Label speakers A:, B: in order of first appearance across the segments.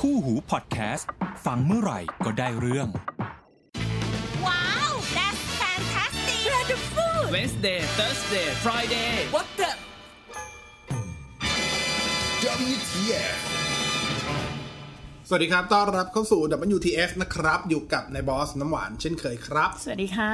A: คู่หูพอดแคสต์ ฟังเมื่อไหร่ก็ได้เรื่อง
B: Wow, that's fantastic! Wonderful!
C: Wednesday, Thursday, Friday
B: What the?
D: WTF สวัสดีครับ ต้อนรับเข้าสู่ WTF นะครับ อยู่กับนายบอสน้ำหวานเช่นเคยครับ
E: สวัสดีค่ะ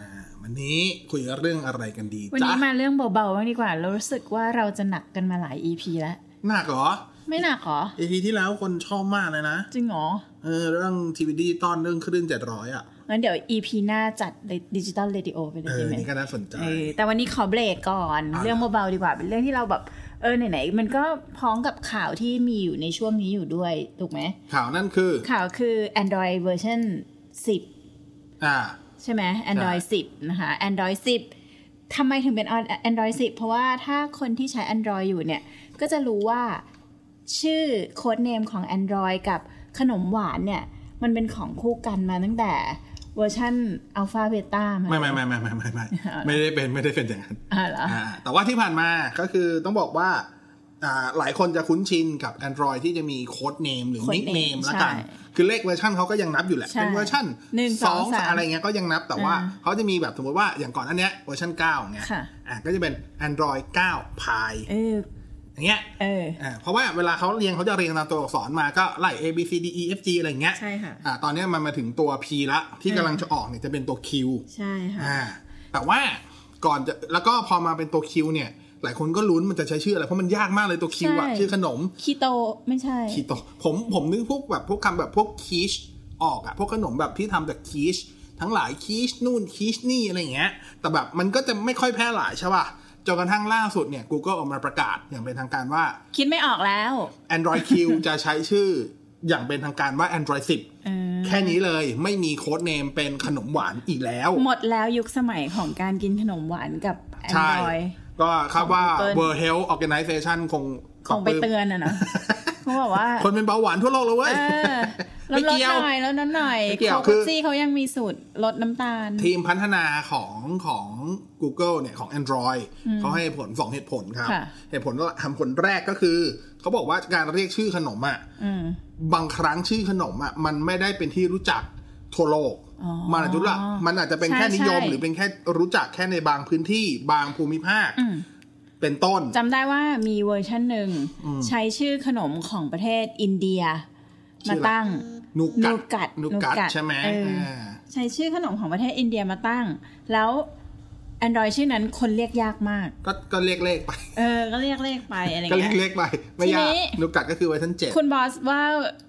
D: อ่า วันนี้คุยเรื่องอะไรกันดี
E: วัน
D: จ๊ะ
E: นี้มาเรื่องเบาๆบ้างดีกว่า เรารู้สึกว่าเราจะหนักกันมาหลาย EP แล้ว
D: หนักเหรอ
E: ไม่หนักเหรอ
D: EP ที่แล้วคนชอบมากเลยนะ
E: จริงเหรอ
D: เออ เรื่องทีวีดิจิตอนเรื่องคลื่นเจ็ดร้อยอ่ะ
E: งั้นเดี๋ยว EP หน้าจัดดิจิตอลเรดิโอไปเล
D: เอย อ
E: ดีไหม
D: นี่ก็น่าสนใจ
E: เออแต่วันนี้ขอเบรกก่อน
D: อ่ะ
E: เรื่องเบาๆดีกว่า เป็นเรื่องที่เราแบบ เออไหนๆมันก็พ้องกับข่าวที่มีอยู่ในช่วงนี้อยู่ด้วย ถูกไหม
D: ข่าวนั่นคือ
E: ข่าวคือ Android เวอร์ชัน10
D: อ่า
E: ใช่ไหม Android 10 นะคะ Android 10ทำไมถึงเป็น Android 10 เพราะว่าถ้าคนที่ใช้ Android อยู่เนี่ย ก็จะรู้ว่า ชื่อโค้ดเนมของ Android กับขนมหวานเนี่ย มันเป็นของคู่กันมาตั้งแต่เวอร์ชันอัลฟาเบต้า
D: ไม่ไม่ไม่ไม่ไม่ไม่ไม่ไม่ได้เป็นไม่ได้เป็นอย่างนั้น
E: อ่าเหรอ
D: อ่าแต่ว่าที่ผ่านมาก็คือต้องบอกว่าอ่าหลายคนจะคุ้นชินกับ Android ที่จะมีโค้ดเนมหรือ
E: Code
D: นิกเนม
E: name
D: ละกัน
E: ใช่
D: คือเลขเวอร์ชันเขาก็ยังนับอยู่แหละ
E: ใช่
D: เป็นเวอร์ชัน
E: หนึ่ง
D: ส
E: ส
D: อ
E: องงสาม
D: อะไรเงี้ยก็ยังนับแต่ว่า
E: อ่า
D: เขาจะมีแบบสมมติว่าอย่างก่อนอันเนี้ยเวอร์ชัน9อย่างเงี้ย
E: ค่ะ
D: อ่าก็จะเป็น Android 9 Pie
E: เออ
D: อย่างเงี้ย
E: เออ
D: อ่าเพราะว่าเวลาเขาเรียงเขาจะเรียงตามตัวอักษรมาก็ไล่ A B C D E F G อะไรเงี้ย
E: ใช่ค่ะ
D: อ่าตอนเนี้ยมันมาถึงตัว P ละที่กำลังจะออกเนี่ยจะเป็นตัว Q
E: ใช่ค่ะ
D: อ่าแต่ว่าก่อนจะแล้วก็พอมาเป็นตัวคิวเนี่ย หลายคนก็ลุ้นมันจะใช้ชื่ออะไร เพราะมันยากมากเลยตัวคิวอะ
E: ใช่
D: ชื่อขนม
E: คีโตไม่ใช่
D: คีโตผมผมนึกพวกแบบพวกคำแบบพวกคีชออกอะพวกขนมแบบที่ทำจากคีชทั้งหลายคีชนู่นคีชนี่อะไรอย่างเงี้ย แต่แบบมันก็จะไม่ค่อยแพร่หลายใช่ป่ะจนกระทั่งล่าสุดเนี่ย Google ออกมาประกาศอย่างเป็นทางการว่า
E: คิดไม่ออกแล้ว
D: Android Q จะใช้ชื่ออย่างเป็นทางการว่า Android
E: เออ
D: 10 แค่นี้เลยไม่มีโค้ดเนมเป็นขนมหวานอีกแล้ว
E: หมดแล้วยุคสมัยของการกินขนมหวานกับ
D: ใช่
E: Android
D: ก็คาดว่า
E: ของ Google
D: World Health Organization คง
E: คงไปเตือนอะ เนาะเขาบอกว่า
D: คนเป็นเบาหวานทั่วโลกเลยเว้ย
E: เออล
D: ไม่
E: ดลด
D: เกี่ยว
E: หน่อยลดลดหน่อย
D: ไม่เกี่ยว
E: โค
D: คื
E: คุ
D: อ
E: ซี่เขายังมีสูตรลดน้ำตาล
D: ทีมพัฒนาของของ Google เนี่ย ของ Android เขาให้ผล 2 เหตุผลครับ
E: ค่ะ
D: เหตุผลก็ทำผลแรกก็คือ เขาบอกว่าการเรียกชื่อขนมอ่ะ
E: อืม
D: บางครั้งชื่อขนมอ่ะมันไม่ได้เป็นที่รู้จักทั่วโลก
E: อ๋อ
D: มันอาจจะรู้ละมันอาจจะเป็น
E: ใช่
D: แค่นิยม
E: ใช่
D: หรือเป็นแค่รู้จักแค่ในบางพื้นที่บางภูมิภาค
E: อืม
D: เป็นต้น
E: จำได้ว่ามีเวอร์ชันหนึ่ง ใช้ชื่อขนมของประเทศอินเดีย
D: ชื่อ
E: มา
D: อะไร
E: ตั้ง
D: นู
E: นูกั
D: กัด
E: ต
D: นูกัต
E: นูกัต
D: ใช่ไหม
E: เอออ่
D: า
E: ใช้ชื่อขนมของประเทศอินเดียมาตั้ง แล้ว Android ชื่อนั้นคนเรียกยากมาก
D: ก็ก็เรียกเลขไป
E: เออ ก็เรียกเลขไปอะไร
D: ก็เรียก
E: เงี้ย
D: เลขไป ไม่ยาก
E: ทีนี้
D: นูกัดก็คือเวอร์ชันเจ็ด
E: คุณบอสว่า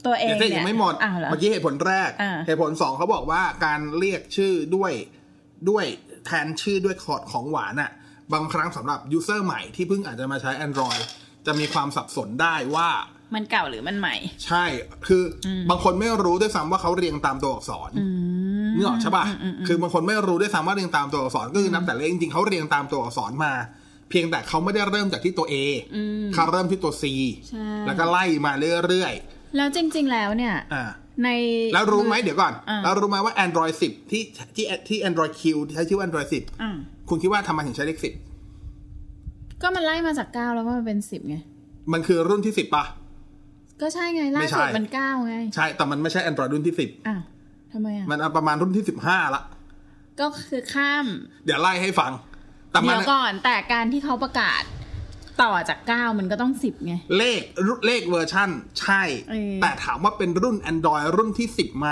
E: ตัวเอง
D: เดี๋ยว
E: เนี่
D: ยั
E: ย
D: งไม่หมด
E: อ้าวเหรอ
D: เมื่อกี้เหตุผลแรก
E: อ่า
D: เหตุผลสองเขาบอกว่าการเรียกชื่อด้วยด้วยแทนชื่อด้วยคอร์ดของหวานอะบางครั้งสำหรับยูเซอร์ใหม่ที่เพิ่งอาจจะมาใช้ Android จะมีความสับสนได้ว่า
E: มันเก่าหรือมันใหม่
D: ใช่ คือบางคนไม่รู้ด้วยซ้ำว่าเขาเรียงตามตัวอักษรนึกออกใช่ปะคือบางคนไม่รู้ด้วยซ้ำว่าเรียงตามตัวอักษรก็คือนับแต่เลขจริงๆเขาเรียงตามตัวอักษรมา เพียงแต่เขาไม่ได้เริ่มจากที่ตัว A เขาเริ่มที่ตัว C
E: ใช่
D: แล้วก็ไล่มาเรื่อย
E: แล้วจริง ๆ แล้วเนี่ย
D: ๆ อ่า
E: ใน
D: แล้วรู้ไหมเดี๋ยวก่อน
E: อ่า
D: แล้วรู้ไหมว่า Android 10 ที่ที่ที่ Android Q ที่ใช้ชื่อว่า Android
E: อ่ะ
D: 10 คุณคิดว่าทำไมถึงใช้เลข
E: ก็มันไล่มาจากเก้าแล้วก็มาเป็นสิบไง
D: 10 มันคือรุ่นที่ 10 ป่ะ
E: ก็ใช่ไงล่า
D: ไม่ใช่
E: สุดมันเก้าไง
D: ใช่ แต่มันไม่ใช่ Android รุ่นที่
E: อ้าวทำไมอ่ะ
D: 10 มันเอาประมาณรุ่นที่ 15 ละ
E: ก็คือข้าม
D: เดี๋ยวไล่ให้ฟัง แต่มั
E: เดี๋
D: น
E: ยวก่อนแต่การที่เขาประกาศต่อจากเก้ามันก็ต้องสิบไง
D: เลขรุ่นเลขเวอร์ชั่น ใช่
E: เออ
D: แต่ถามว่าเป็นรุ่น Android รุ่นที่ 10ไหม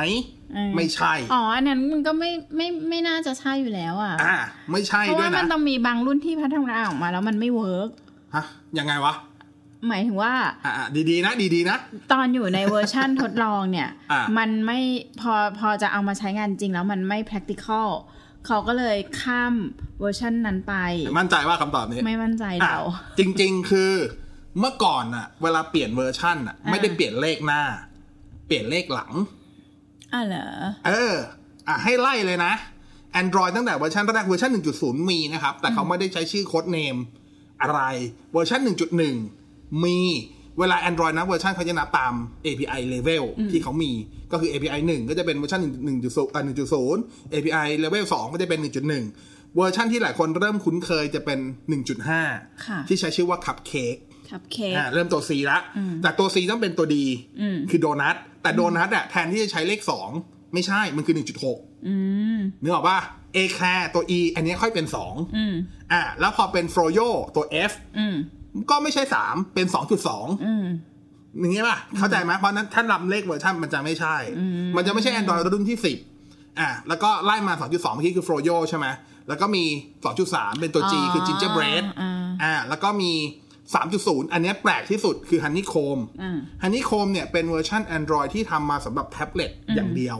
E: เออ
D: ไม่ใช่
E: อ๋ออันนั้นมันก็ไม่ไม่ไม่น่าจะใช่อยู่แล้วอ่ะ
D: อ่า ไม่ใช่
E: เพราะ
D: ด้วย
E: ว่ามัน
D: นะ
E: ต้องมีบางรุ่นที่พัฒนาออกมาแล้วมันไม่เวิร์ก
D: ฮะยังไงวะ
E: หมายถึงว่า
D: อ่าดีๆนะ ดีๆนะ
E: ตอน อยู่ในเวอร์ชั่น ทดลองเนี่ย
D: อ่ะ
E: มันไม่พอพอจะเอามาใช้งานจริงแล้วมันไม่ practical เขาก็เลยข้ามเวอร์ชันนั้นไป
D: มั่นใจว่าคำตอบนี้
E: ไม่มั่นใจเรา
D: อ่ะจริงๆ คือเมื่อก่อนน่ะ เวลาเปลี่ยนเวอร์ชั่นน่ะ
E: อ่า
D: ไม่ได้เปลี่ยนเลขหน้า เปลี่ยนเลขหลัง
E: อ่ะเหรอ
D: เออ อ่ะให้ไล่เลยนะ Android ตั้งแต่เวอร์ชันแรกเวอร์ชัน1.0 มีนะครับ แต่เขาไม่ได้ใช้ชื่อโค้ดเนมอะไร เวอร์ชัน1.1 มี เวลา Android นะเวอร์ชันเขาจะนับตาม API level ที่เขามี ก็คือ API 1 ก็จะเป็นเวอร์ชัน1.0อ่ะ1.0 API level 2 ก็จะเป็น 1.1 เวอร์ชันที่หลายคนเริ่มคุ้นเคยจะเป็น 1.5
E: ค่ะ
D: ที่ใช้ชื่อว่าคัพเค้ก
E: คัพเค้ก
D: อ่าเริ่มตัว C ละ
E: อืม
D: แต่ตัว C ต้องเป็นตัว D
E: อืม
D: คือโดนัท แต่โดนัทอะแทนที่จะใช้เลข 2 ไม่ใช่มันคือ 1.6
E: อืม
D: นึกออกป่ะ A แคร์ตัว E อันนี้ค่อยเป็น 2
E: อืม
D: อ่าแล้วพอเป็นโฟ o โยตัว F
E: อืม
D: ก็ไม่ใช่ 3 เป็น 2.2
E: อืม
D: อย่างเงี้ยป่ะ เข้าใจไหมเพราะฉะนั้นถ้าลำเลขเวอร์ชันมันจะไม่ใช่ มันจะไม่ใช่ Android รุ่นที่ 10อ่าแล้วก็ไล่มา 2.2เมื่อกี้คือโฟ o โยใช่ไหมแล้วก็มี 2.3 เป็นตัว G คือ Gingerbread
E: อ่า
D: อ่าแล้วก็มี 3.0 อันเนี้ยแปลกที่สุดคือ Honeycomb
E: อ่า
D: ฮันนี่โคมเนี่ยเป็นเวอร์ชัน Android ที่ทำมาสำหรับแท็บเล็ตอย่างเดียว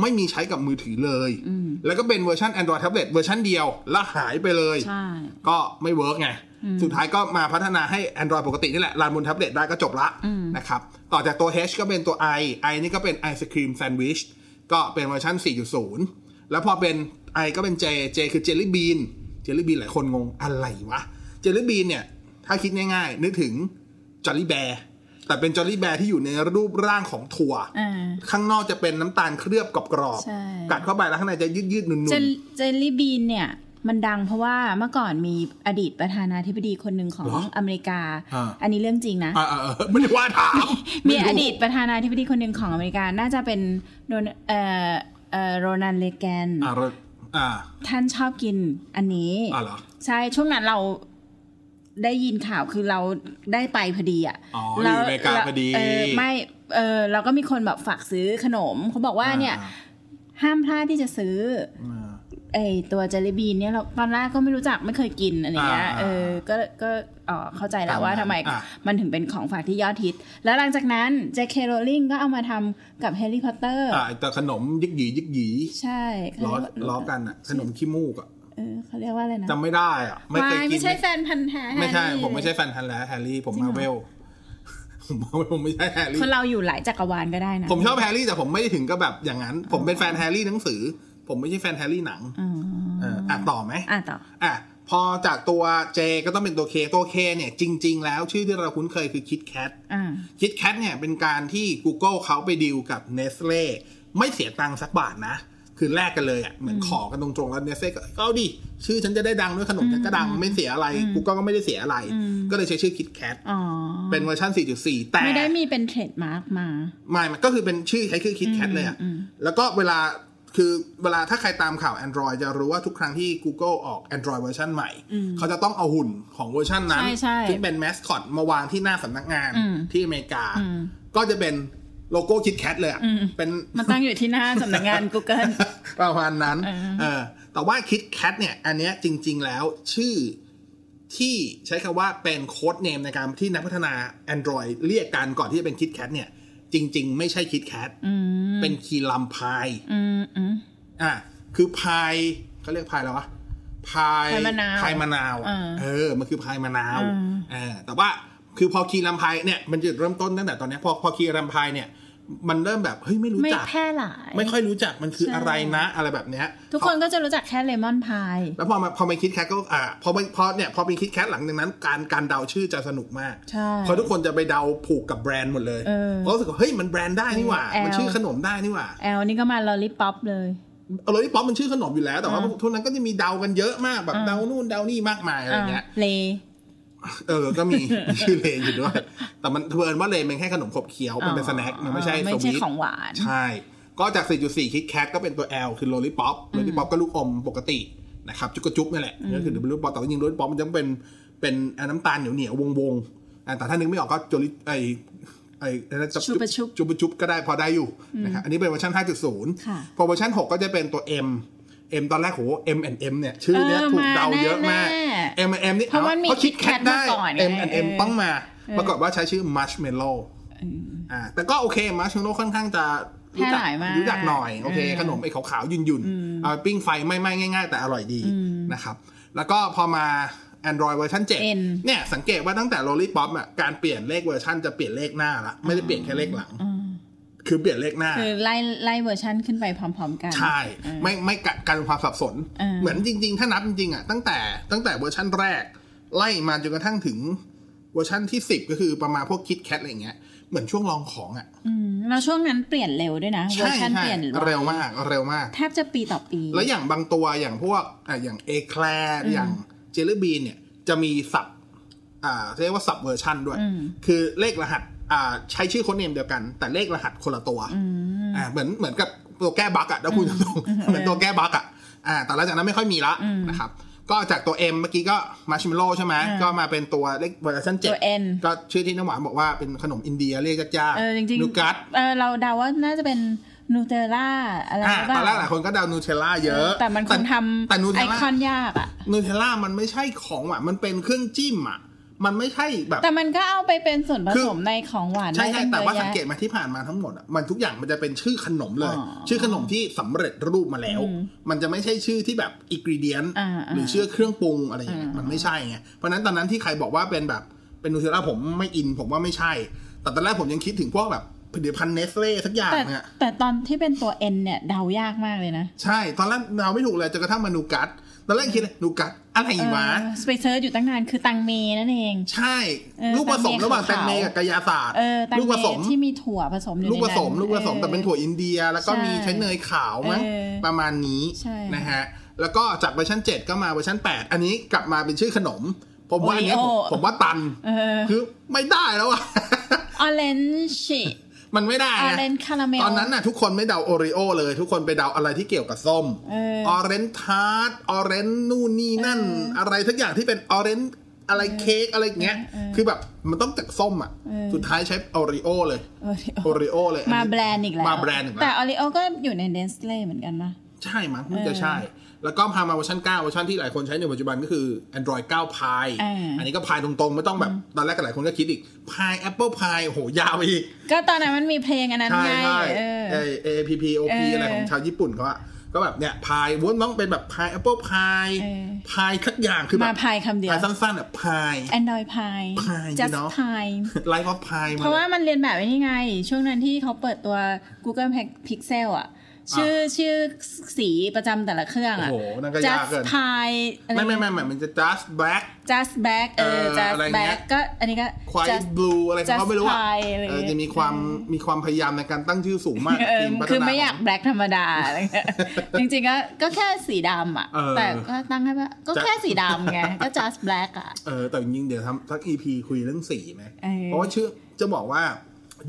D: ไม่มีใช้กับมือถือเลย แล้วก็เป็นเวอร์ชัน Android แท็บเล็ตเวอร์ชันเดียว แล้วหายไปเลย
E: ใช่
D: ก็ไม่เวิร์กไง สุดท้ายก็มาพัฒนาให้ Android ปกตินี่แหละรันบนแท็บเล็ตได้ก็จบละนะครับ ต่อจากตัว H ก็เป็นตัว I I นี่ก็เป็นไอศครีมแซนด์วิชก็เป็นเวอร์ชัน4.0 แล้วพอเป็น I ก็เป็น J J คือเจลลี่บีนเจลลี่บีนหลายคนงงอะไรวะเจลลี่บีนเนี่ย ถ้าคิดง่ายๆ นึกถึงจอ l ลี่แบร์แต่เป็นจอ l ลี่แบร์ที่อยู่ในรูปร่างของถั่ว
E: อ่า
D: ข้างนอกจะเป็นน้ำตาลเคลือบกรอบ
E: ใช่
D: ๆกัดเข้าไปแล้วข้างในจะยืดๆนุ่ม
E: เจลเจลลี่บีนเนี่ย มันดังเพราะว่าเมื่อก่อนมีอดีตประธานาธิบดีคนหนึ่งของอเมริกา อันนี้เรื่องจริงนะ
D: ๆอ่าๆๆไม่ได้ว่าถาม
E: มีอดีตประธานาธิบดีคนหนึ่งของอเมริกา น่าจะเป็นโดนเอ่อเอ่อโรนัลเลแกน
D: อ่าเราอ่า
E: ท่านชอบกินอันนี้
D: อ่ะเหรอ
E: ใช่ช่วงนั้นเราได้ยินข่าวคือเราได้ไปพอดีอ่ะ
D: อ๋อ
E: แล้ว
D: อยู่อเมริกาพอดี
E: เออไม่เออเราก็มีคนแบบฝากซื้อขนมเขาบอกว่าเนี่ย ห้ามพลาดที่จะซื้ออไอตัวเจลลี่บีนเนี่ยเราตอนแรกก็ไม่รู้จักไม่เคยกินอะไรเงี้ย
D: อ่า
E: เออก็ก็เอ่อเข้าใจแล้
D: ตาว ม
E: ว่าทำไม
D: นั้นอ่ะ
E: มันถึงเป็นของฝากที่ยอดฮิต แล้วหลังจากนั้นเจคเคโรลิงก็เอามาทำกับแฮร์รี่พอตเตอร์
D: อ่าแต่ขนมยึกหยียึกหยี
E: ใช่เขา
D: ล้อ
E: เรียว่า
D: ล้อกันอ่ะ ขนมขี้มูกอ่ะ
E: เออเขาเรียกว่าอะไรนะ
D: จำไม่ได้อ่ะ ไม่เคยกิน
E: ไม่ใช่แฟนพันธ์แท้
D: ไม่ใช่
E: แฮร์รี่
D: ผมไม่ใช่แฟนฮันแล้วแฮร์รี่ผมมาเวลผมมาเวลผมไม่ใช่แฮร์รี่
E: คนเราอยู่หลายจักรวาลก็ได้นะ
D: ผมชอบแฮร์รี่แต่ผมไม่ได้ถึงก็แบบอย่างนั้น ผมเป็นแฟนแฮร์รี่หนังสือ ผมไม่ใช่แฟนแฮร์รี่หนัง
E: อ๋อ
D: เอออ่ะต่อไหม
E: อ่ะต่อ
D: อ่ะพอจากตัวเจก็ต้องเป็นตัวเคตัวเคเนี่ย จริง ๆ แล้วชื่อที่เราคุ้นเคยคือคิดแคท
E: อ่า
D: คิดแคทเนี่ยเป็นการที่ Google เขาไปดีลกับ n e s l e ไม่เสียตังค์สักบาทนะ คือแลกกันเลยอะ่ะเหมือนขอกันตรงๆ แล้ว n e s l e ก็เอาดิ ชื่อฉันจะได้ดังด้วยขนมฉันก็ดังไม่เสียอะไร Google ก็ไม่ได้เสียอะไร ก็เลยใช้ชื่อคิดแคท
E: อ๋อ
D: เป็นเวอร์ชัน4.4 แต่
E: ไม่ได้มีเป็นเทรดมาร์กมา
D: ไม่มันก็คือเป็นชื่อใช้คือคิดแคทเลยอะแล้วก็เวลาคือเวลาถ้าใครตามข่าว Android จะรู้ว่าทุกครั้งที่ Google ออก Android เวอร์ชันใหม่ เขาจะต้องเอาหุ่นของเวอร์ชันนั้น
E: ใช่ใช่
D: ที่เป็นแมสคอตมาวางที่หน้าสำนักงานที่อเมริกา ก็จะเป็นโลโก้คิดแคทเลยอะ
E: อืม
D: เป็น
E: มันตั้งอยู่ที่หน้าสำนักงาน Google
D: ประมาณนั้น
E: เออ
D: เออ แต่ว่าคิดแคทเนี่ย อันเนี้ยจริง ๆ แล้วชื่อที่ใช้คำว่าเป็นโค้ดเนมในการที่นักพัฒนา Android เรียกกันก่อนที่จะเป็นคิดแคทเนี่ย จริง ๆ ไม่ใช่คิดแคทเป็นคีรัมพาย
E: อืมอืม
D: อ่ะคือพายเขาเรียกพายแล้ววะพาย
E: พายมะนาว
D: พายมะนาวอ่ะ
E: เออ
D: เออ มันคือพายมะนาวเออแต่ว่าคือพอคีรัมพายเนี่ยมันจุดเริ่มต้นตั้งแต่ตอนเนี้ยพอพอคีรัมพายเนี่ย มันเริ่มแบบเฮ้ยไม่รู้
E: ไม่
D: จัก
E: แพร่หลาย
D: ไม่ค่อยรู้จักมันคือ
E: ใช่
D: อะไรนะ อะไรแบบเนี้ย
E: ทุกคนก็จะรู้จักแค่เลมอนพาย
D: แล้วพอมาพอเป็นคิดแคทก็อ่าพอเป็นพอเนี่ยพอเป็นคิดแคทหลังจากนั้น การการเดาชื่อจะสนุกมาก
E: ใช่
D: เพราะทุกคนจะไปเดาผูกกับแบรนด์หมดเลย
E: เออ
D: เพราะรู้สึกว่าเฮ้ยมันแบรนด์ได้นี่หว่า
E: เออ
D: มันชื่อขนมได้นี่หว่า
E: แอลนี่ก็มาลอลิป๊อปเลย
D: เออที่ป๊อปมันชื่อขนมอยู่แล้วแต่ว่า
E: อืม
D: ทุกนั้นก็จะมีเดากันเยอะมากแบบเดานู่นเดานี่มากมายอะไรเงี้ย
E: อ่าเล
D: เออ ก็มี ชื่อเลนอยู่ด้วย แต่มันเพิร์นว่าเลนเป็นแค่ขนมขบเคี้ยว มันเป็น
E: อ๋
D: ส
E: อ
D: แน็ค มันไม่ใช่
E: ไม่
D: สวี
E: ใช่
D: ท
E: ของหวาน
D: ใช่ ก็จาก 4.4 คิดแคทก็เป็นตัว L คือโ o ลิป๊อปโ o ลิป๊อปก็ลูกอมปกตินะครับ จุกกระจุ๊บนี่แหละก็คือเดลูป๊อปแต่ว่าจริงโ o ลิป๊อปมันจะเป็นเป็นน้ำตาลเหนียวเหนียววงวงๆอ่ะแต่ถ้านึกไม่ออกก็จลิไอไออะไรนะ
E: ชุบะชุบ
D: จุบะชุบก็ได้พอได้อยู่นะครับอันนี้เป็นเวอร์ชัน
E: ค่ะ
D: 5.0 พอเวอร์ชัน6ก็จะเป็นตัว M M ตอนแรกโห M and M เนี่ยชื่อเนี้ย
E: เออ
D: ถูก
E: มา
D: เดาเยอะมาก
E: แน่
D: M and M นี่
E: เพราะว่ามี
D: คิดแคท
E: KitKat
D: ได้
E: มาก่อนไง
D: M M
E: เออ
D: ต้องมา ปรากฏว่าใช้ชื่อ marshmallow อ่า แต่ก็โอเค marshmallow ค่อนข้างจะรู้จั
E: แพร่หลายมาก
D: รู้จักหน่อย โอเค
E: เออ
D: ขนมไอ้ขาวๆ ยุ่นๆเอาไปปิ้งไฟไม่ไหม้ง่าย ๆ แต่อร่อยดีนะครับ แล้วก็พอมา Android เวอร์ชัน
E: เอ็น
D: 7เนี่ย สังเกตว่าตั้งแต่ lollipop อ่ะการเปลี่ยนเลขเวอร์ชันจะเปลี่ยนเลขหน้าละ ไม่ได้เปลี่ยนแค่เลขหลัง คือเปลี่ยนเลขหน้า
E: คือไล่ไล่เวอร์ชันขึ้นไปพร้อมๆกัน
D: ใช่ ไม่ไม่กะการเป็นความสับสน
E: เออ
D: เหมือนจริง ๆ ถ้านับจริง ๆ อ่ะ ตั้งแต่ตั้งแต่เวอร์ชั่นแรก ไล่มาจนกระทั่งถึงเวอร์ชั่นที่ 10 ก็คือประมาณพวกคิดแคทอะไรอย่างเงี้ยเหมือนช่วงลองของอ่ะ
E: อืมแล้วช่วงนั้นเปลี่ยนเร็วด้วยนะเวอ
D: ใช่
E: ร์ชัน
D: ใช่
E: เปลี่ยน
D: เร็วมากเร็วมาก
E: แทบจะปีต่อปี
D: แล้วอย่างบางตัวอย่างพวกอ่ะอย่างเอแคลอย่างเจลลี่บีนเนี่ย จะมีศัพท์ อ่าเรียกว่าสับเวอร์ชันด้วย
E: อืม
D: คือเลขรหัสอ่าใช้ชื่อโค้ดเนมเดียวกัน แต่เลขรหัสคนละตัวอ่าเหมือนเหมือนกับตัวแก้บั๊กอะถ้าพูดตรงๆเหมือนตัวแก้บั๊กอะอ่าแต่หลังจากนั้นไม่ค่อยมีละนะครับ ก็จากตัว M เมื่อกี้ก็มาชิมโลใช่ไหมก็มาเป็นตัวเลขเวอร์ชันเจ็ด
E: ตัว N
D: ก็ชื่อที่น้ำหวานบอกว่าเป็นขนมอินเดียเรียกยาก
E: เออจริง
D: นูกัต
E: เออเราเดาว่าน่าจะเป็นนูเทลล่าอะไร
D: อ่า
E: หรือเป
D: ตอนแรกหลา
E: ล่าย
D: คนก็เดานูเทลล่าเยอะ
E: แต่มันคงท
D: แต่นู
E: ำ
D: เท
E: ไอ
D: ลล่า
E: คอนยากอะ
D: นูเทลล่ามันไม่ใช่ของหวานมันเป็นเครื่องจิ้มอ่ะ มันไม่ใช่แบบ
E: แต่มันก็เอาไปเป็นส่วนผ
D: คื
E: ส
D: อ
E: มในของหวาน
D: ใช่
E: ได้
D: ใช่
E: ตั้
D: แต่ว่า
E: เยอะ
D: สังเกต
E: แยะ
D: มาที่ผ่านมาทั้งหมดอ่ะมันทุกอย่างมันจะเป็นชื่อขนมเลย
E: อ๋อ
D: ชื่อขนมที่สำเร็จรูปมาแล้ว มันจะไม่ใช่ชื่อที่แบบอิกริเดียน
E: อ่าอ่า
D: หรือชื่อเครื่องปรุงอะไรอย่างเงี้ยมันไม่ใช่ไงเพราะฉะนั้นตอนนั้นที่ใครบอกว่าเป็นแบบเป็นนูเทลล่าผมไม่อินผมว่าไม่ใช่ แต่ตอนแรกผมยังคิดถึงพวกแบบผลิตภัณฑ์เนสเล่สักอย่าง
E: แต่
D: เนี่ย
E: แต่ตอนที่เป็นตัว N เนี่ยเดายากมากเลยนะ
D: ใช่ ตอนแรกเราไม่ถูกเลยจนกระทั่งมานูกัตตอนแรกคิดเลยนูกัตอะไร
E: เออ
D: วะ
E: สเปเชียลอยู่ตั้งนานคือตังเมนั่นเอง
D: ใช่
E: เออ
D: ลูกผสมระหว่างแต
E: แตง
D: ง
E: เม
D: เม
E: ขาว
D: กับกายาศาสตร์
E: เออตัง
D: ลูก
E: เม
D: ผสม
E: ที่มีถั่วผสมอยู่ใน
D: ลู
E: นั้
D: ก
E: น
D: ผสมลูกผสม
E: ออ
D: แต่เป็นถั่วอินเดียแล้วก็
E: ใช่
D: มีใช้เนยขาวมั้ง
E: เออ
D: ประมาณนี้
E: ใช่
D: นะฮะแล้วก็จากเวอร์ชัน7 ก็มาเวอร์ชัน8 อันนี้กลับมาเป็นชื่อขนม ผมว่าอันเนี้ยผมผมว่าตัน
E: เออ
D: คือไม่ได้แล้วอะ
E: ออเรนจ์
D: มันไม่ได้
E: ออ
D: นะ
E: เรนคาราเมล
D: ตอนนั้นน่ะทุกคนไม่เดาโอริโอเลย ทุกคนไปเดาอะไรที่เกี่ยวกับส้ม
E: เออ
D: อเรนทาร์ตอเรนนู่นนี่นั่น อะไรทักอย่างที่เป็นอเรนอะไรเค้กอะไรอย่างเงี้ย คือแบบมันต้องจากส้มอ่ะ
E: เออ
D: สุดท้ายใช้ออริโอเลย
E: Oreo
D: โอริโอเลยอั
E: มาแบรนด์อีกแล้ว
D: มาแบรนด์อีก
E: แต่
D: แล้ว
E: ออริโอก็อยู่ในเดนสเล่เหมือนกันนะ
D: ใช่มั้งมัน
E: เอ
D: จะ
E: อ
D: ใช่ แล้วก็พามาเวอร์ชัน9เวอร์ชันที่หลายคนใช้ในปัจจุบันก็คือ Android 9 Pie
E: อ่า
D: อันนี้ก็พายตรงๆ ไม่ต้องแบบ ตอนแรกก็หลายคนก็คิดอีกพาย Apple Pie โหยาวไปอีก
E: ก็ตอนนั้นมันมีเพลงอันนั้น
D: ใช่
E: ไง
D: ใช่
E: เออ
D: ไอ APP OP
E: เอออ
D: อะไรของชาวญี่ปุ่นเขาอะก็แบบเนี่ยพายวนต้องเป็นแบบพาย Apple Pie
E: เออ
D: พายทักอย่างคือแบบ
E: มาพายคำเดียว
D: พายสั้นๆแบบพาย
E: แอนดรอยพาย
D: Pie
E: จัส
D: เนอะ
E: พาย
D: ไลฟ์ออฟพาย
E: เพ
D: มา
E: ราะ
D: เล
E: ว่าย มันเรียนแบบไอ้นี่ไง ช่วงนั้นที่เขาเปิดตัว Google Pixel อ่ะ ชื่อชื่อสีประจำแต่ละเครื่องอ่ะ
D: โอ้โหนั่นก็
E: just
D: ยากเกิน
E: pie อะไร
D: ไม่ไม่ไม่ไม่มันจะ just black
E: just back เออ
D: เอออะ
E: just
D: ไรเงี้ย
E: back ก็อันนี้ก็
D: quiet
E: just
D: blue อะไรของเขาไม่รู้อะ
E: just pie อะไรเงี้ย
D: เออจะมีความมีความพยายามในการตั้งชื่อสูงมาก
E: เออ
D: ทีมพัฒ
E: คือ
D: นา
E: ไม่อยาก
D: ขง
E: แบล็คธรรมดาอะไรเงี้ยจริงๆก็ก็แค่สีดำอ่ะ
D: เออ
E: แต่ก็ตั้งให้ว่าก็
D: จะ
E: แค่สีดำไง ก็ just black อ่ะ
D: เออแต่จริงๆเดี๋ยวทำสัก EP คุยเรื่องสีไหม
E: เออ
D: เพราะว่าชื่อจะบอกว่า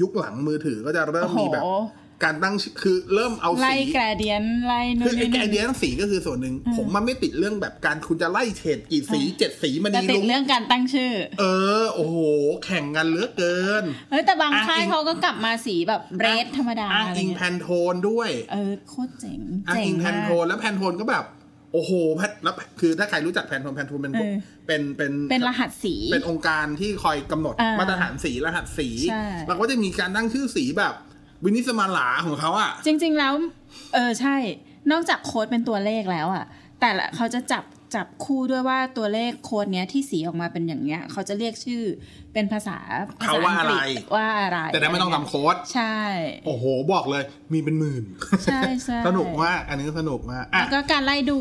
D: ยุคหลังมือถือก็จะเริ่มมีแบบ
E: โอ้โห
D: การตั้งชื่อคือเริ่มเอา
E: ไล่
D: สี
E: แกรเดียนไล่นู่
D: คื
E: น
D: อไอ้
E: นี่
D: ไอเดี
E: นั่
D: ย
E: น
D: ทั้งสีก็คือส่วนหนึ่ง ผมมันไม่ติดเรื่องแบบการคุณจะไล่เฉดกี่สี
E: อ่า
D: เจ็ดสีมัน
E: แต่
D: ดี
E: ติด
D: ลุง
E: เรื่องการตั้งชื่อ
D: เออ โอ้โห แข่งกันเหลือเกิน
E: เฮ้ยแต่บาง
D: อ้าง
E: ค่าย
D: อิง
E: เขาก็กลับมาสีแบบเรดธรรมดา
D: อ้าง
E: อะไร
D: อิงแพ
E: เงี้ย
D: นโทนด้วย
E: เออโคตรเจ๋ง
D: อ้าง
E: เจ๋ง
D: อิงแพ
E: มาน ก
D: โทนแล้วแพนโทนก็แบบ โอ้โหแพนแล้วคือถ้าใครรู้จักแพนโทนแพนโทนเป็น
E: เออ
D: เป็นเป็น
E: เป็นรหัสสี
D: เป็นองค์การที่คอยกำหนด
E: อ่า
D: มาตรฐานสีรหัสสี
E: ใช่
D: แล้วก็จะมีการตั้งชื่อสีแบบวินิสมาลาของเขาอ่ะ
E: จริง ๆแล้ว เออใช่ นอกจากโค้ดเป็นตัวเลขแล้วอ่ะ แต่ละเขาจะจับจับคู่ด้วยว่าตัวเลขโค้ดเนี้ยที่สีออกมาเป็นอย่างเนี้ยเขาจะเรียกชื่อเป็นภาษาภ
D: เขา
E: ษ
D: ว่าอะไร
E: งกฤษว่าอะไร
D: แต่นั้นไม่ต้องทำโค้ด
E: ใช่
D: โอ้โห บอกเลยมีเป็นหมื่น
E: ใช่ใช่
D: สนุกมากอันนี้ก็สนุกมากอ่ะ
E: แล้วก็การไล่ดู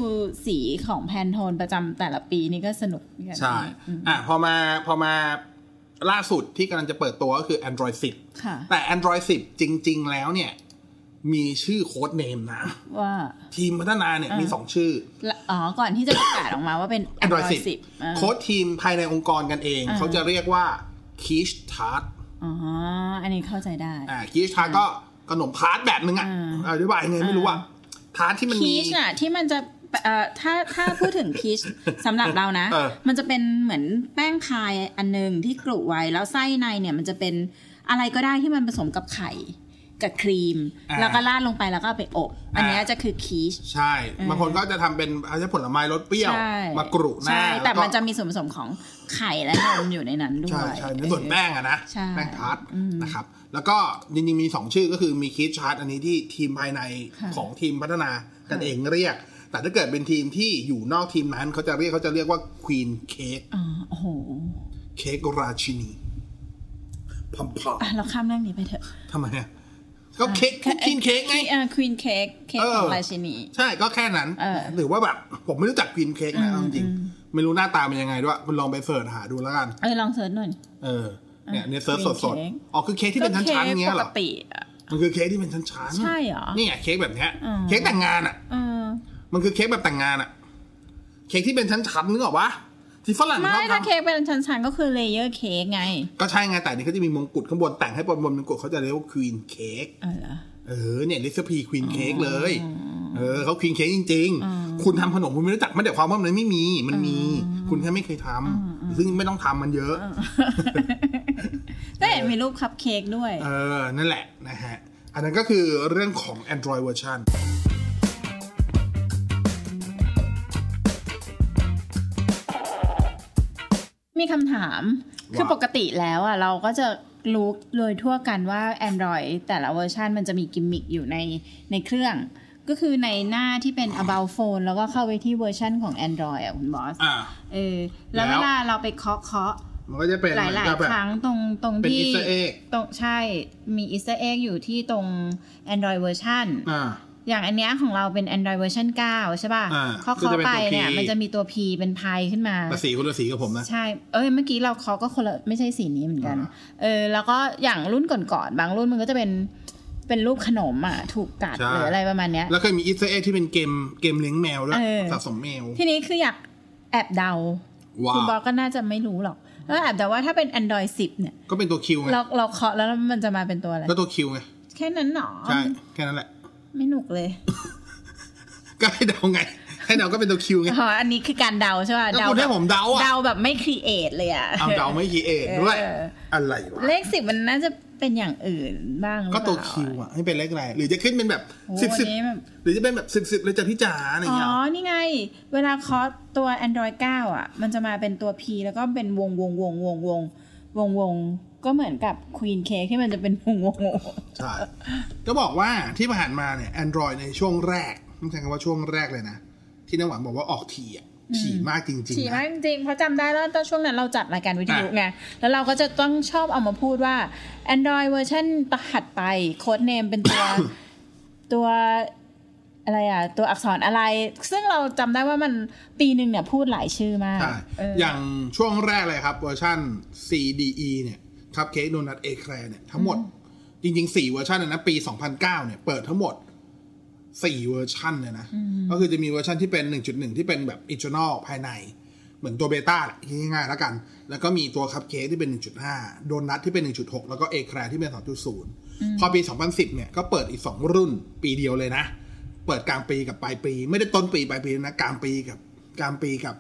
E: สีของแพนโทนประจำแต่ละปีนี่ก็สนุกเหมือนกัน
D: ใช่ อ่ะ พอมา พอมาล่าสุดที่กำลังจะเปิดตัวก็คือ Android
E: ค่ะ
D: 10 แต่ Android 10 จริง ๆ แล้วเนี่ย มีชื่อโค้ดเนมนะ
E: ว่า
D: ทีมพัฒนาเนี่ยมี 2 ชื่อ
E: ละอ๋อ ก่อนที่จะประกาศออกมาว่าเป็น
D: Android
E: อ่า
D: 10 โค้ดทีมภายในองค์กรกันเอง เขาจะเรียกว่า Quiche Tart
E: อ๋อ อันนี้เข้าใจได้
D: อ่า Quiche Tart ก็ขนมพาร์ทแบบนึงอ่ะ
E: อ่า
D: เอาอธิบายไงไม่รู้อ่ะทาร์ทที่มัน
E: พี
D: มี
E: ชน่ะที่มันจะเอ่อถ้าถ้าพูดถึงพีช สำหรับเรานะ
D: เออ
E: มันจะเป็นเหมือนแป้งพายอันหนึงที่กรุไว้ แล้วไส้ในเนี่ยมันจะเป็นอะไรก็ได้ที่มันผสมกับไข่กับครีม
D: อ่า
E: แล้วก็ราดลงไปแล้วก็เอาไปอบ อันเนี้ย
D: อ่า
E: จะคือคีช
D: ใช่ บางคนก็จะทำเป็นอาจจะผลไม้รสเปรี้ยว
E: ใช่
D: มากรูหน้า
E: ใช่แต่
D: ล้วก็
E: มันจะมีส่วนผสมของไข่และนมอยู่ในนั้นด้วย
D: ใช่ใช่ในส่วนแป้งอะนะ
E: ใช่
D: แป้งทาร์ตนะครับ แล้วก็จริงๆมี 2 ชื่อก็คือมีคิดชาร์ตอันนี้ที่ทีมภายในของทีมพัฒนากันเองเรียก แต่ถ้าเกิดเป็นทีมที่อยู่นอกทีมนั้นเขาจะเรียกเขาจะเรียกว่าควีนเค้ก
E: อ๋อโอ้โห
D: เค้กราชินีพัมพอ
E: อ่ะเราข้ามเรื่องนี้ไปเถอะ
D: ทำไมอะก็เค้กควีนเค้กไง
E: ควีนเค้กเค้ก
D: เออ
E: ของราชินี
D: ใช่ก็แค่นั้น
E: เออ
D: หรือว่าแบบ ผมไม่รู้จักควีนเค้กนะเอาจริงๆไม่รู้หน้าตาเป็นยังไงด้วยคุณลองไปเสิร์ชหาดูแล้วกัน
E: เออลองเสิร์ชหน่อย
D: เออเนี่ยเนี่ยเซิร์ชสด
E: Queen cake
D: ๆอ๋อคือเค้กที่เป็นชั้นๆอย่างเงี้ยเหรอ
E: ก็ค้กปกติอะ
D: มันคือเค้กที่เป็นชั้นๆ
E: ใช่เหรอ
D: นี่ไงเค้กแบบเนี้ย
E: อ๋อ
D: เค้กแต่งงานอ่ะ
E: เออ
D: มันคือเค้กแบบแต่งงานอ่ะ เค้กที่เป็นชั้นๆนึกออกปะ ที่ฝรั่งช
E: ไม่
D: อบ
E: ถ้า
D: ทำ
E: เค้กเป็นชั้นๆก็คือเลเยอร์เค้กไง
D: ก็ใช่ไงแต่นี่เขาจะมีมงกุฎข้างบนแต่งให้บนบนมงกุฎเขาจะเรียกว่าควีนเค้ก
E: เออเหรอ
D: เออเนี่ยลิซพีควีนเค้กเลย เออเขาควีนเค้กจริง ๆ คุณทำขนมคุณไม่รู้จักไม่ได้ความว่ามันไม่มี มันมี คุณแค่ไม่เคยทำซึ่งไม่ต้องทำมันเยอะ
E: ก็เห็นมีรูปคัพเค้กด้วย
D: เออ นั่นแหละนะฮะ อันนั้นก็คือเรื่องของ Android version
E: มีคำถาม
D: ว่า
E: คือปกติแล้วอ่ะเราก็จะรู้โดยทั่วกันว่า Android แต่ละเวอร์ชันมันจะมีกิมมิคอยู่ในในเครื่อง ก็คือในหน้าที่เป็น about phone แล้วก็เข้าไปที่เวอร์ชันของ Android อ่ะคุณบอส
D: อ่า
E: เออ แล้ว
D: แล้ว
E: เวลาเราไปเคาะเคาะ
D: มันก็จะเป็น
E: หลายหลาย
D: กับแบ
E: ๆค
D: บ
E: รั้งตรงตรง
D: เป็น
E: ที่
D: Easter egg
E: ตรงใช่ มีอ a ส t e r เอ็กอยู่ที่ตรง Android version
D: อ่า
E: อย่างอันเนี้ยของเราเป็น Android version 9 ใช่ป่ะ
D: อ่า
E: เคาะ
D: ก็จะ
E: เคาะ
D: เป็น
E: ไป
D: ตัว P
E: เนี่ยมันจะมีตัว P เป็น p พขึ้นมา
D: แต่สีคุณละสีกับผมนะ
E: ใช่ เอ้ย เมื่อกี้เราเคาะก็คนละไม่ใช่สีนี้เหมือนกัน เออ แล้วก็อย่างรุ่นก่อนๆ บางรุ่นมันก็จะเป็น เป็นรูปขนมอ่ะ ถูกกัด
D: ใช่
E: หรืออะไรประมาณเนี้ย
D: แล้วเคยมี Easter egg ที่เป็นเกมเกมเลี้ยงแมวด้วย
E: เออ
D: สะสมแมว
E: ทีนี้คืออยากแอบเดา
D: ว้า
E: คุณ
D: ว
E: บอสก็น่าจะไม่รู้หรอกแล้วแอบเดาว่าถ้าเป็น Android 10 เนี่ย
D: ก็เป็นตัวคิวไง
E: เราเราเคาะแล้วมันจะมาเป็นตัวอะไร
D: ก็ตัวคิวไง
E: แค่นั้นหนอ
D: ใช่แค่นั้นแหละ
E: ไม่หนุกเลย
D: ก็ให้เดาไง ให้เดาก็เป็นตัวคิวไง
E: อ๋ออันนี้คือการเดาใช่ป่ะ
D: แล้วคุณให้ผมเดาอะ
E: เดาแบบไม่ครีเอทเลยอ่ะ
D: เอาเดาไม่คีเอทด้วย
E: เออ
D: อะไรวะ
E: เลขสิบมันน่าจะเป็นอย่างอื่นบ้างหรือ
D: ก็ตัว
E: เปล่า
D: คิวอ่ะให้เป็นเลขอะไรหรือจะขึ้นเป็นแบบ
E: โอ้
D: สิบสิบ
E: อันนี้แบบ
D: หรือจะเป็นแบบสิบสิบเลยจะพิจารอะไร
E: อ๋
D: เงี้ย
E: อ นี่ไง เวลาเคาะตัว Android 9 อ่ะ มันจะมาเป็นตัว P แล้วก็เป็นวงวงวงวงวงวงวงก็เหมือนกับ Queen Cake ที่มันจะเป็นวงวงวง
D: ใช่ก็บอกว่าที่ผ่านมาเนี่ย Android ในช่วงแรกต้องใช้คำว่าช่วงแรกเลยนะ ที่น้ำหวานบอกว่าออกทีอ่ะถี่มากจริง
E: ฉี่
D: ๆ
E: มา
D: นะ
E: กจริงๆเพราะจำได้แล้วตอนช่วงนั้นเราจัดรายการวิทยุไง แล้วเราก็จะต้องชอบเอามาพูดว่า Android เวอร์ชันตหัดไปโค้ดเนมเป็นตัว ตัวอะไรอ่ะ ตัวอักษรอะไร ซึ่งเราจำได้ว่ามันปีหนึ่งเนี่ยพูดหลายชื่อมาก
D: ใช่
E: เอออ
D: อย่างช่วงแรกเลยครับเวอร์ชัน CDE เนี่ยคัพเค้กโดนัทเอแครเนี่ยทั้งหมด จริงๆ 4 เวอร์ชันนะนะปี 2009เนี่ยเปิดทั้งหมด 4 เวอร์ชันเลยนะ ก็คือจะมีเวอร์ชันที่เป็น 1.1 ที่เป็นแบบ internal ภายใน เหมือนตัวเบต้าแหละง่ายๆแล้วกัน แล้วก็มีตัวคัพเค้กที่เป็น 1.5 โดนัทที่เป็น 1.6 แล้วก็เอแครที่เป็น 2.0 พอปี 2010 เนี่ย ก็เปิดอีก 2 รุ่นปีเดียวเลยนะ เปิดกลางปีกับปลายปี ไม่ได้ต้นปีปลายปีนะ กลางปีกับกลางปีกับ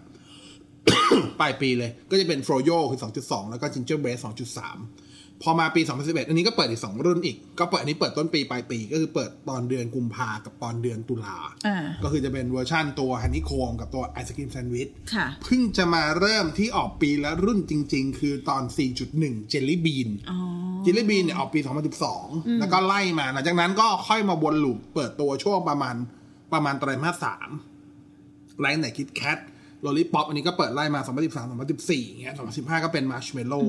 D: ปลายปีเลย ก็จะเป็นโฟ o โยคือ 2.2 แล้วก็จินเจอร์เบส2.3 พอมาปี 2011 อันนี้ก็เปิดอีก 2 รุ่นอีก ก็เปิดอันนี้เปิดต้นปีปลายปี ก็คือเปิดตอนเดือนกุมภากับตอนเดือนตุลา
E: อ่า
D: ก็คือจะเป็นเวอร์ชั่นตัวฮันนี่โคมกับตัวไอศครีมแซนด์วิช
E: ค่ะ
D: เพิ่งจะมาเริ่มที่ออกปีละรุ่นจริง ๆ คือตอน 4.1 เจลลี่บีน
E: อ๋อ
D: จิลลี่บีนเนี่ยออกปี 2012 แล้วก็ไล่มาหลังจากนั้นก็ค่อยมาวนลูปเปิดตัวช่วงประมาณประมาณไตรมาสสามไลน์ไหนคิดแคทโรลลี่ป๊อปอันนี้ก็เปิดไล่มา 2013 2014อย่างเงี้ย2015 ก็เป็นมาร์ชเมลโล่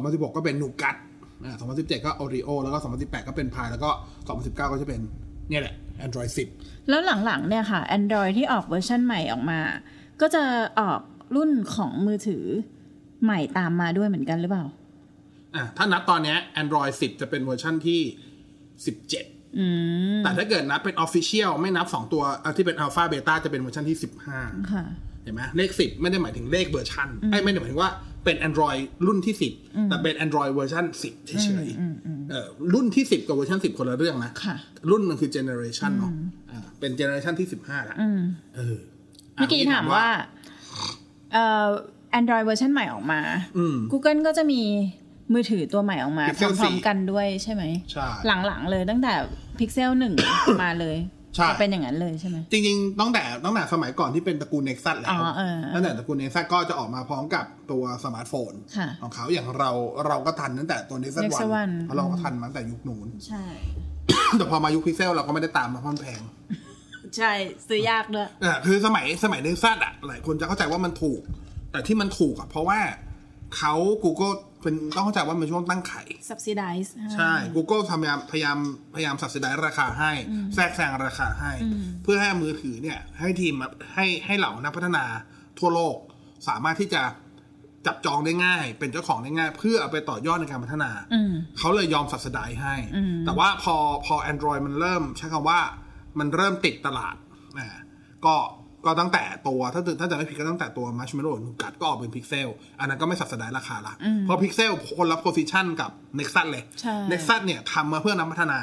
D: 2016 ก็เป็นนูกัตอ่า2017 ก็โอริโอแล้วก็ 2018 ก็เป็นพายแล้วก็ 2019 ก็จะเป็นเนี่ยแหละ Android 10
E: แล้วหลังๆเนี่ยค่ะ Android ที่ออกเวอร์ชันใหม่ออกมา ก็จะออกรุ่นของมือถือใหม่ตามมาด้วยเหมือนกันหรือเปล่า
D: อ่ะถ้านับตอนเนี้ย Android 10 จะเป็นเวอร์ชั่นที่ 17แต่ถ้าเกิดนับเป็น Official ไม่นับสองตัวอ่ะที่เป็น Alpha Beta จะเป็นเวอร์ชันที่ 15
E: ค่ะ
D: เห็นไหมเลขสิบไม่ได้หมายถึงเลขเวอร์ชันไอ้ยไม่ได้หมายถึงว่าเป็น Android รุ่นที่สิบแต่เป็น Android เวอร์ชันสิบเฉยๆเออรุ่นที่สิบกับเวอร์ชันสิบคนละเรื่องนะ
E: ค่ะ
D: รุ่นหนึงคือเจเนอเรชันเนาะอ่าเป็นเจเนอเรชันที่สิบห้าละเออ
E: เมื่อกี้ถามว่าเอ่อ Android เวอร์ชันใหม่ออกมา Google ก็จะมีมือถือตัวใหม่ออกมา
D: Pixel
E: พร้อมๆกันด้วยใช่ไหม
D: ใช่
E: หลังๆเลยตั้งแต่ Pixel 1 มาเลย
D: ใช่
E: จะเป็นอย่างนั้นเลยใช่ไหม
D: จริงๆตั้งแต่ตั้งแต่สมัยก่อนที่เป็นตระกูล Nexus แล้
E: อ๋
D: ว
E: อเออ
D: ตั้งแต่ตระกูล Nexus ก็จะออกมาพร้อมกับตัวสมาร์ทโฟน
E: ค่ะ
D: ของเขาอย่างเราเราก็ทันตั้งแต่ตัว Nexus
E: Nexus
D: 1
E: One
D: เพราะเราก็ทันมาตั้งแต่ยุคนู้น
E: ใช่
D: แต่พอมายุคพิกเซลเราก็ไม่ได้ตามมาเพราะมันแพง
E: ใช่ซื้อยากด้วย
D: อ่าคือสมัยสมัยเนื้อสัตว์อ่ะหลายคนจะเข้าใจว่ามันถูก แต่ที่มันถูกอ่ะเพราะว่าเขา Google เป็นต้องเข้าใจว่ามันช่วงตั้งไข่
E: subsidize
D: ใช่ Google พยายามพยายามพยายามสับสดายราคาให้ แทรกแซงราคาให้ เพื่อให้มือถือเนี่ย ให้ทีมให้ให้เหล่านักพัฒนาทั่วโลก สามารถที่จะจับจองได้ง่าย เป็นเจ้าของได้ง่าย เพื่อเอาไปต่อยอดในการพัฒนา เขาเลยยอมสับสดายให้ แต่ว่าพอพอ Android มันเริ่มใช้คำว่า มันเริ่มติดตลาดอ่าก็ ก็ตั้งแต่ตัวถ้าถ้าจะไม่ผิดก็ตั้งแต่ตัว Marshmallow นูกัดก็ออกเป็นพิกเซลอันนั้นก็ไม่สับสนายราคาละเพราะพิกเซลคนละโพซิชันกับ Nexus เลย
E: ใช่
D: Nexus เนี่ยทำมาเพื่อนักพัฒนา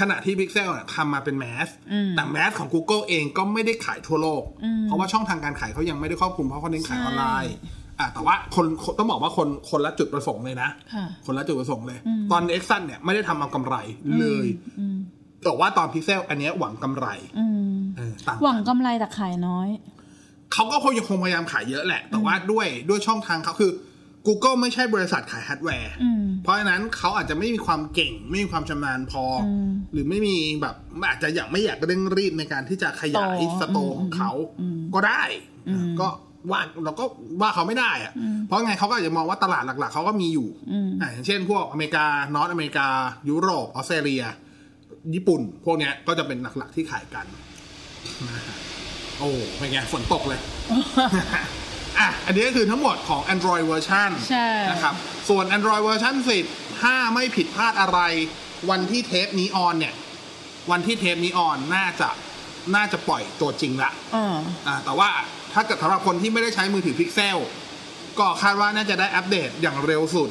D: ขณะที่พิกเซลเนี่ยทำมาเป็นแมสแต่แมสของ Google เองก็ไม่ได้ขายทั่วโลก เพราะว่าช่องทางการขายเขายังไม่ได้ครอบคลุมเพราะเขาเน้นขายออนไลน์อ่ะแต่ว่าคนคนต้องบอกว่าคนคนละจุดประสงค์เลยนะ
E: ค่ะ
D: คนละจุดประสงค์เลย ตอน e x ็กซันเนี่ยไม่ได้ทำเอากำไรเลยแต่ว่าตอนพิกเซลอันเนี้ยหวังกำไร
E: อืม
D: เออต่าง
E: หวังกำไรแต่ขายน้อย
D: เขาก็คงยังคงพยายามขายเยอะแหละ แต่ว่าด้วยด้วยช่องทางเขาคือ Google ไม่ใช่บริษัทขายฮาร์ดแวร์
E: อืม
D: เพราะฉะนั้นเขาอาจจะไม่มีความเก่ง ไม่มีความชำนาญพออ
E: ม
D: หรือไม่มีแบบอาจจะอยากไม่อยากเร่งรีบในการที่จะขยาย
E: ต่อ
D: สโตร์ของเขาก็ได้ก็ว่าเราก็ว่าเขาไม่ได้อะเพราะไงเขาก็อาจจะมองว่าตลาดหลักๆเขาก็มีอยู่
E: อืม
D: อ่ะอย่างเช่นพวกอเมริกานอตอเมริกา ยุโรปออสเตรเลีย ญี่ปุ่น พวกเนี้ยก็จะเป็นหลักๆที่ขายกันนะฮะโอ้เป็นไงฝนตกเลย อ่ะ อันนี้ก็คือทั้งหมดของ Android version
E: ใช่
D: นะครับ ส่วน Android version 10 ถ้าไม่ผิดพลาดอะไร วันที่เทปนี้ออนเนี่ย วันที่เทปนี้ออนน่าจะน่าจะปล่อยตัวจริงละ
E: อ่า
D: อ่าแต่ว่าถ้าเกิดสำหรับคนที่ไม่ได้ใช้มือถือพิกเซลก็คาดว่าน่าจะได้อัปเดตอย่างเร็วสุด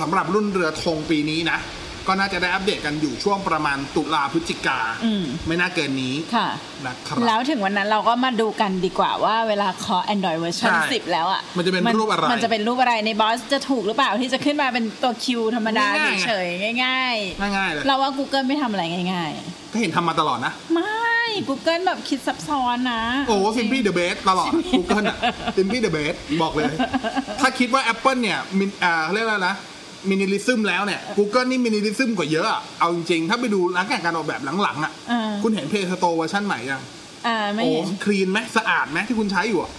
D: สำหรับรุ่นเรือธงปีนี้นะ ก็น่าจะได้อัปเดตกันอยู่ช่วงประมาณตุลาพฤศจิกา
E: อืม
D: ไม่น่าเกินนี้
E: ค่ะ
D: นะครับ
E: แล้วถึงวันนั้นเราก็มาดูกันดีกว่าว่าเวลาเคาะ Android version
D: ใช่
E: 10 แล้วอ่ะ
D: มันจะเป็นรูปอะไร
E: มันจะเป็นรูปอะไรในบอสจะถูกหรือเปล่าที่จะขึ้นมาเป็นตัวคิวธรรมดาเฉยๆง่าย
D: ง่ายๆเลย
E: ๆ เราว่า Google ไม่ทำอะไรง่าย
D: ก็เห็นทำมาตลอดนะ
E: ๆ ไม่ Google แบบคิดซับซ้อนนะ
D: โอ้ซิมพี y เดอะเบสตลอด Google อ่ะซิมพี y เดอะเบสบอกเลย ถ้าคิดว่า Apple เนี่ยมินอ่าเรียกว่าอะไรนะมินิลิซึมแล้วเนี่ย Google นี่มินิลิซึมกว่าเยอะอะเอาจริงๆ ถ้าไปดูลักษณะการออกแบบหลังๆ อ่ะ
E: อ่า
D: คุณเห็นเพย์สโตเวอร์ชันใหม่ยัง
E: อ่าไม่
D: โอ้
E: เห็น
D: คลีนไหมสะอาดไหมที่คุณใช้อยู่อะ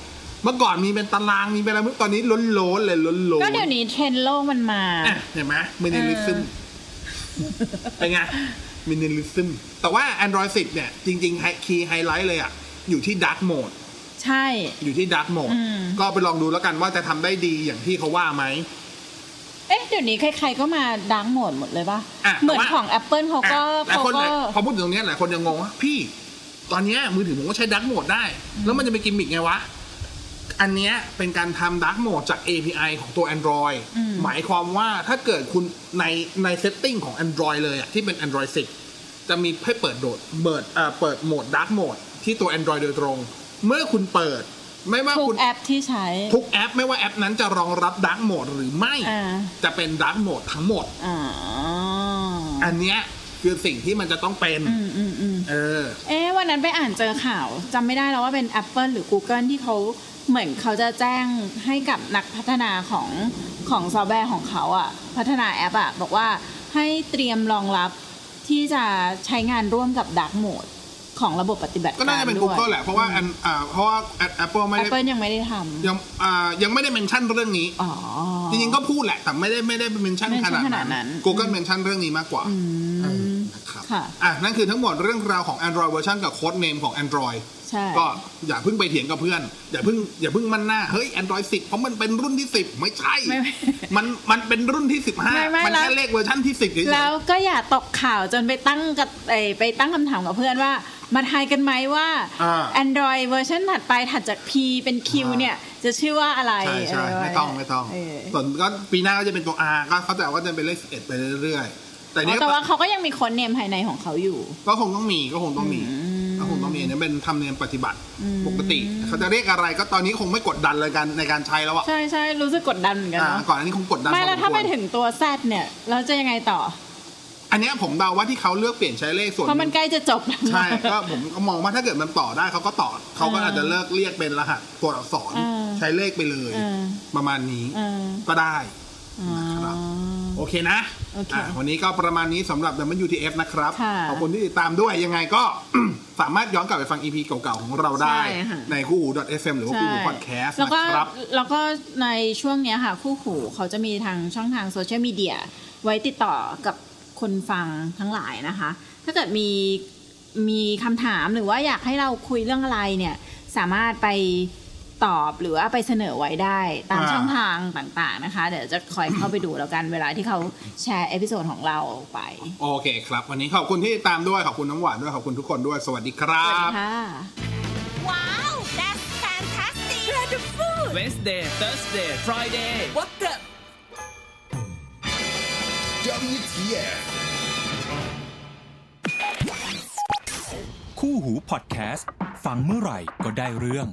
D: เมื่อก่อนมีเป็นตารางมีเป็นอะไรตอนนี้ล้นโลนๆเลยล้นโลน
E: ก็เดี๋ยวนี้เทรนด์โลกมันมา
D: อ่ะเห็นไหมมินิลิซึมเป็นไงมินิลิซึมแต่ว่า Android 10 เนี่ยจริงๆคีย์ไฮไลท์เลยอ่ะอยู่ที่ Dark Mode
E: ใช่
D: อยู่ที่ด a r k กโหมด
E: อืม
D: ก็ไปลองดูแล้วกันว่าจะทำได้ดีอย่างที่เขาว่าไหม
E: เอ๊ะ เดี๋ยวนี้ใครๆก็มาดังโหมดหมดเลยป่ะ
D: อ่ะ
E: เหมือน
D: แต่ว่า
E: ของ Apple เขาก็
D: อ่ะหลาย
E: เขา
D: คน
E: ก็
D: หลายพอพูดถึงตรงเนี้ยหลายคนยังงงว่าพี่ ตอนเนี้ยมือถือผมก็ใช้ด a r k กโหมดได้ แล้วมันจะไปกิมมิกไงวะ อันเนี้ยเป็นการทำด a r k กโหมดจาก API ของตัว Android
E: อืม
D: หมายความว่าถ้าเกิดคุณในในเซตติ้งของ Android เลยอะที่เป็น Android 10 จะมีให้เปิดโดดเปิดเอ่อเปิดโหมดด a r k กโหมดที่ตัว Android โดยตรง เมื่อคุณเปิดไม่ว่า
E: ทุก
D: คุณ
E: แอปที่ใช้
D: ทุกแอปไม่ว่าแอปนั้นจะรองรับด a r k กโหมดหรือไม่
E: อ่า
D: จะเป็นด a r k กโหมดทั้งหมด
E: อ๋อ
D: อันเนี้ยคือสิ่งที่มันจะต้องเป็น
E: อืมอืมอืม
D: เออ
E: เอ๊ะวันนั้นไปอ่านเจอข่าวจำไม่ได้แล้วว่าเป็น Apple หรือ Google ที่เขาเหมือนเขาจะแจ้งให้กับนักพัฒนาของของซอฟต์แวร์ของเขาอะพัฒนาแอปอะบอกว่าให้เตรียมรองรับที่จะใช้งานร่วมกับ Dark Mode ของระบบปฏิบัติ
D: ก็
E: การ
D: น่าจะเป็น
E: ด้วย
D: Google แหละ เพราะว่าอันอ่าเพราะว่า Apple ไม่ได้
E: Apple ยังไม่ได้ท
D: ยังอ่ายังไม่ได้เมนชั่นเรื่องนี้
E: ำอ๋อ
D: จริงๆก็พูดแหละ แต่ไม่ได้ไม่ได้เมนชั่น
E: mention
D: ขนาด
E: ขนา
D: นั้
E: ด
D: น
E: นั้น
D: Google เมนชั่นเรื่องนี้มากกว่า
E: อื
D: เออ
E: ม
D: นะครับ
E: ค่ะ
D: อ่ะ นั่นคือทั้งหมดเรื่องราวของ Android version กับโค้ดเนมของ Android
E: ใช่
D: ก็อย่าเพิ่งไปเถียงกับเพื่อน อย่าเพิ่งอย่าเพิ่งมั่นหน้า เฮ้ย Android 10 เพราะมันเป็นรุ่นที่ 10 ไม่ใช่
E: ไม่ไม่
D: มันมันเป็นรุ่นที่
E: ไม่ไม่
D: 15 มัน
E: แล้ว
D: แค่เลขเวอร์ชันที่ 10เฉยๆ
E: แล้วก็อย่าตกข่าวจนไปตั้งกับเอ่ยไปตั้งคำถามกับเพื่อนว่า มาทายกันไหมว่า
D: อ่า
E: Android เวอร์ชันถัดไปถัดจาก P เป็น Q เนี่ย จะชื่อว่าอะไร
D: ใช่ใช่
E: เ
D: ไม่ต้องไม่ต้อง
E: เ
D: ส่วนก็ปีหน้าก็จะเป็นตัว R ก็เข้าใจว่าจะเป็นเลข11ไปเรื่อยๆ แต่
E: อ๋
D: เนี้
E: อยแต่ว่าเขาก็ยังมีคนเนมภายในของเขาอยู่
D: ก็คงต้องมีก็คงต้องมีก็คงต้องมีเนี่ยเป็นธรรมเนียมปฏิบัติปกติ เขาจะเรียกอะไรก็ตอนนี้คงไม่กดดันเลยกันในการใช้แล้วอ่ะ
E: ใช่ใช่รู้สึกกดดันเหมือนกัน
D: อ่า
E: เนาะ
D: ก่อนอันนี้คงกดดัน
E: ไม่
D: พอ
E: แล้วถ้า
D: ส
E: ไป
D: ควร
E: ถึงตัว Z เนี่ย เราจะยังไงต่อ
D: อันเนี้ยผมเดาว่าที่เขาเลือกเปลี่ยนใช้เลขส่วน
E: เพราะมันใกล้จะจบแล้ว
D: ใช่ก็ผมก็มองว่าถ้าเกิดมันต่อได้เขาก็ต่อเขาก็อาจจะเลิกเรียกเป็นรหัสตัวอักษร
E: อ่า
D: ใช้เลขไปเลย
E: อ่า
D: ประมาณนี้
E: เออ
D: ก็ได้
E: อ๋อ
D: นะครับ โอเคนะ
E: โอเค
D: อ่ะวันนี้ก็ประมาณนี้สำหรับ WTF นะครับ
E: ค่ะ
D: ขอบคุณที่ติดตามด้วยยังไงก็ สามารถย้อนกลับไปฟัง EP เก่าๆ ของเราได้
E: ใช่ค่ะ
D: ในคู่หู .fm หรือว่า
E: ใช่
D: คู่หู podcast
E: แล้วก็
D: นะครับ
E: แล้วก็ในช่วงเนี้ยค่ะคู่หูเขาจะมีทางช่องทางโซเชียลมีเดียไว้ติดต่อกับคนฟังทั้งหลายนะคะ ถ้าเกิดมีมีคำถามหรือว่าอยากให้เราคุยเรื่องอะไรเนี่ย สามารถไปตอบหรือว่าไปเสนอไว้ได้ตาม
D: อ่า
E: ช่องทางต่างๆนะคะ เดี๋ยวจะคอยเข้าไปดูแล้วกันเวลาที่เขาแชร์เอพิโซดของเราไป
D: โอเคครับ วันนี้ขอบคุณที่ติดตามด้วย ขอบคุณน้ำหวานด้วย ขอบคุณทุกคนด้วย สวัสดีค
E: ส
D: รั
E: วัสดี
D: บ
E: ค่ะ
B: ว้าว
C: Wednesday Thursday Friday
B: What the
F: WTF
A: คู่หูพอดแคสต์ฟังเมื่อไหร่ก็ได้เรื่อง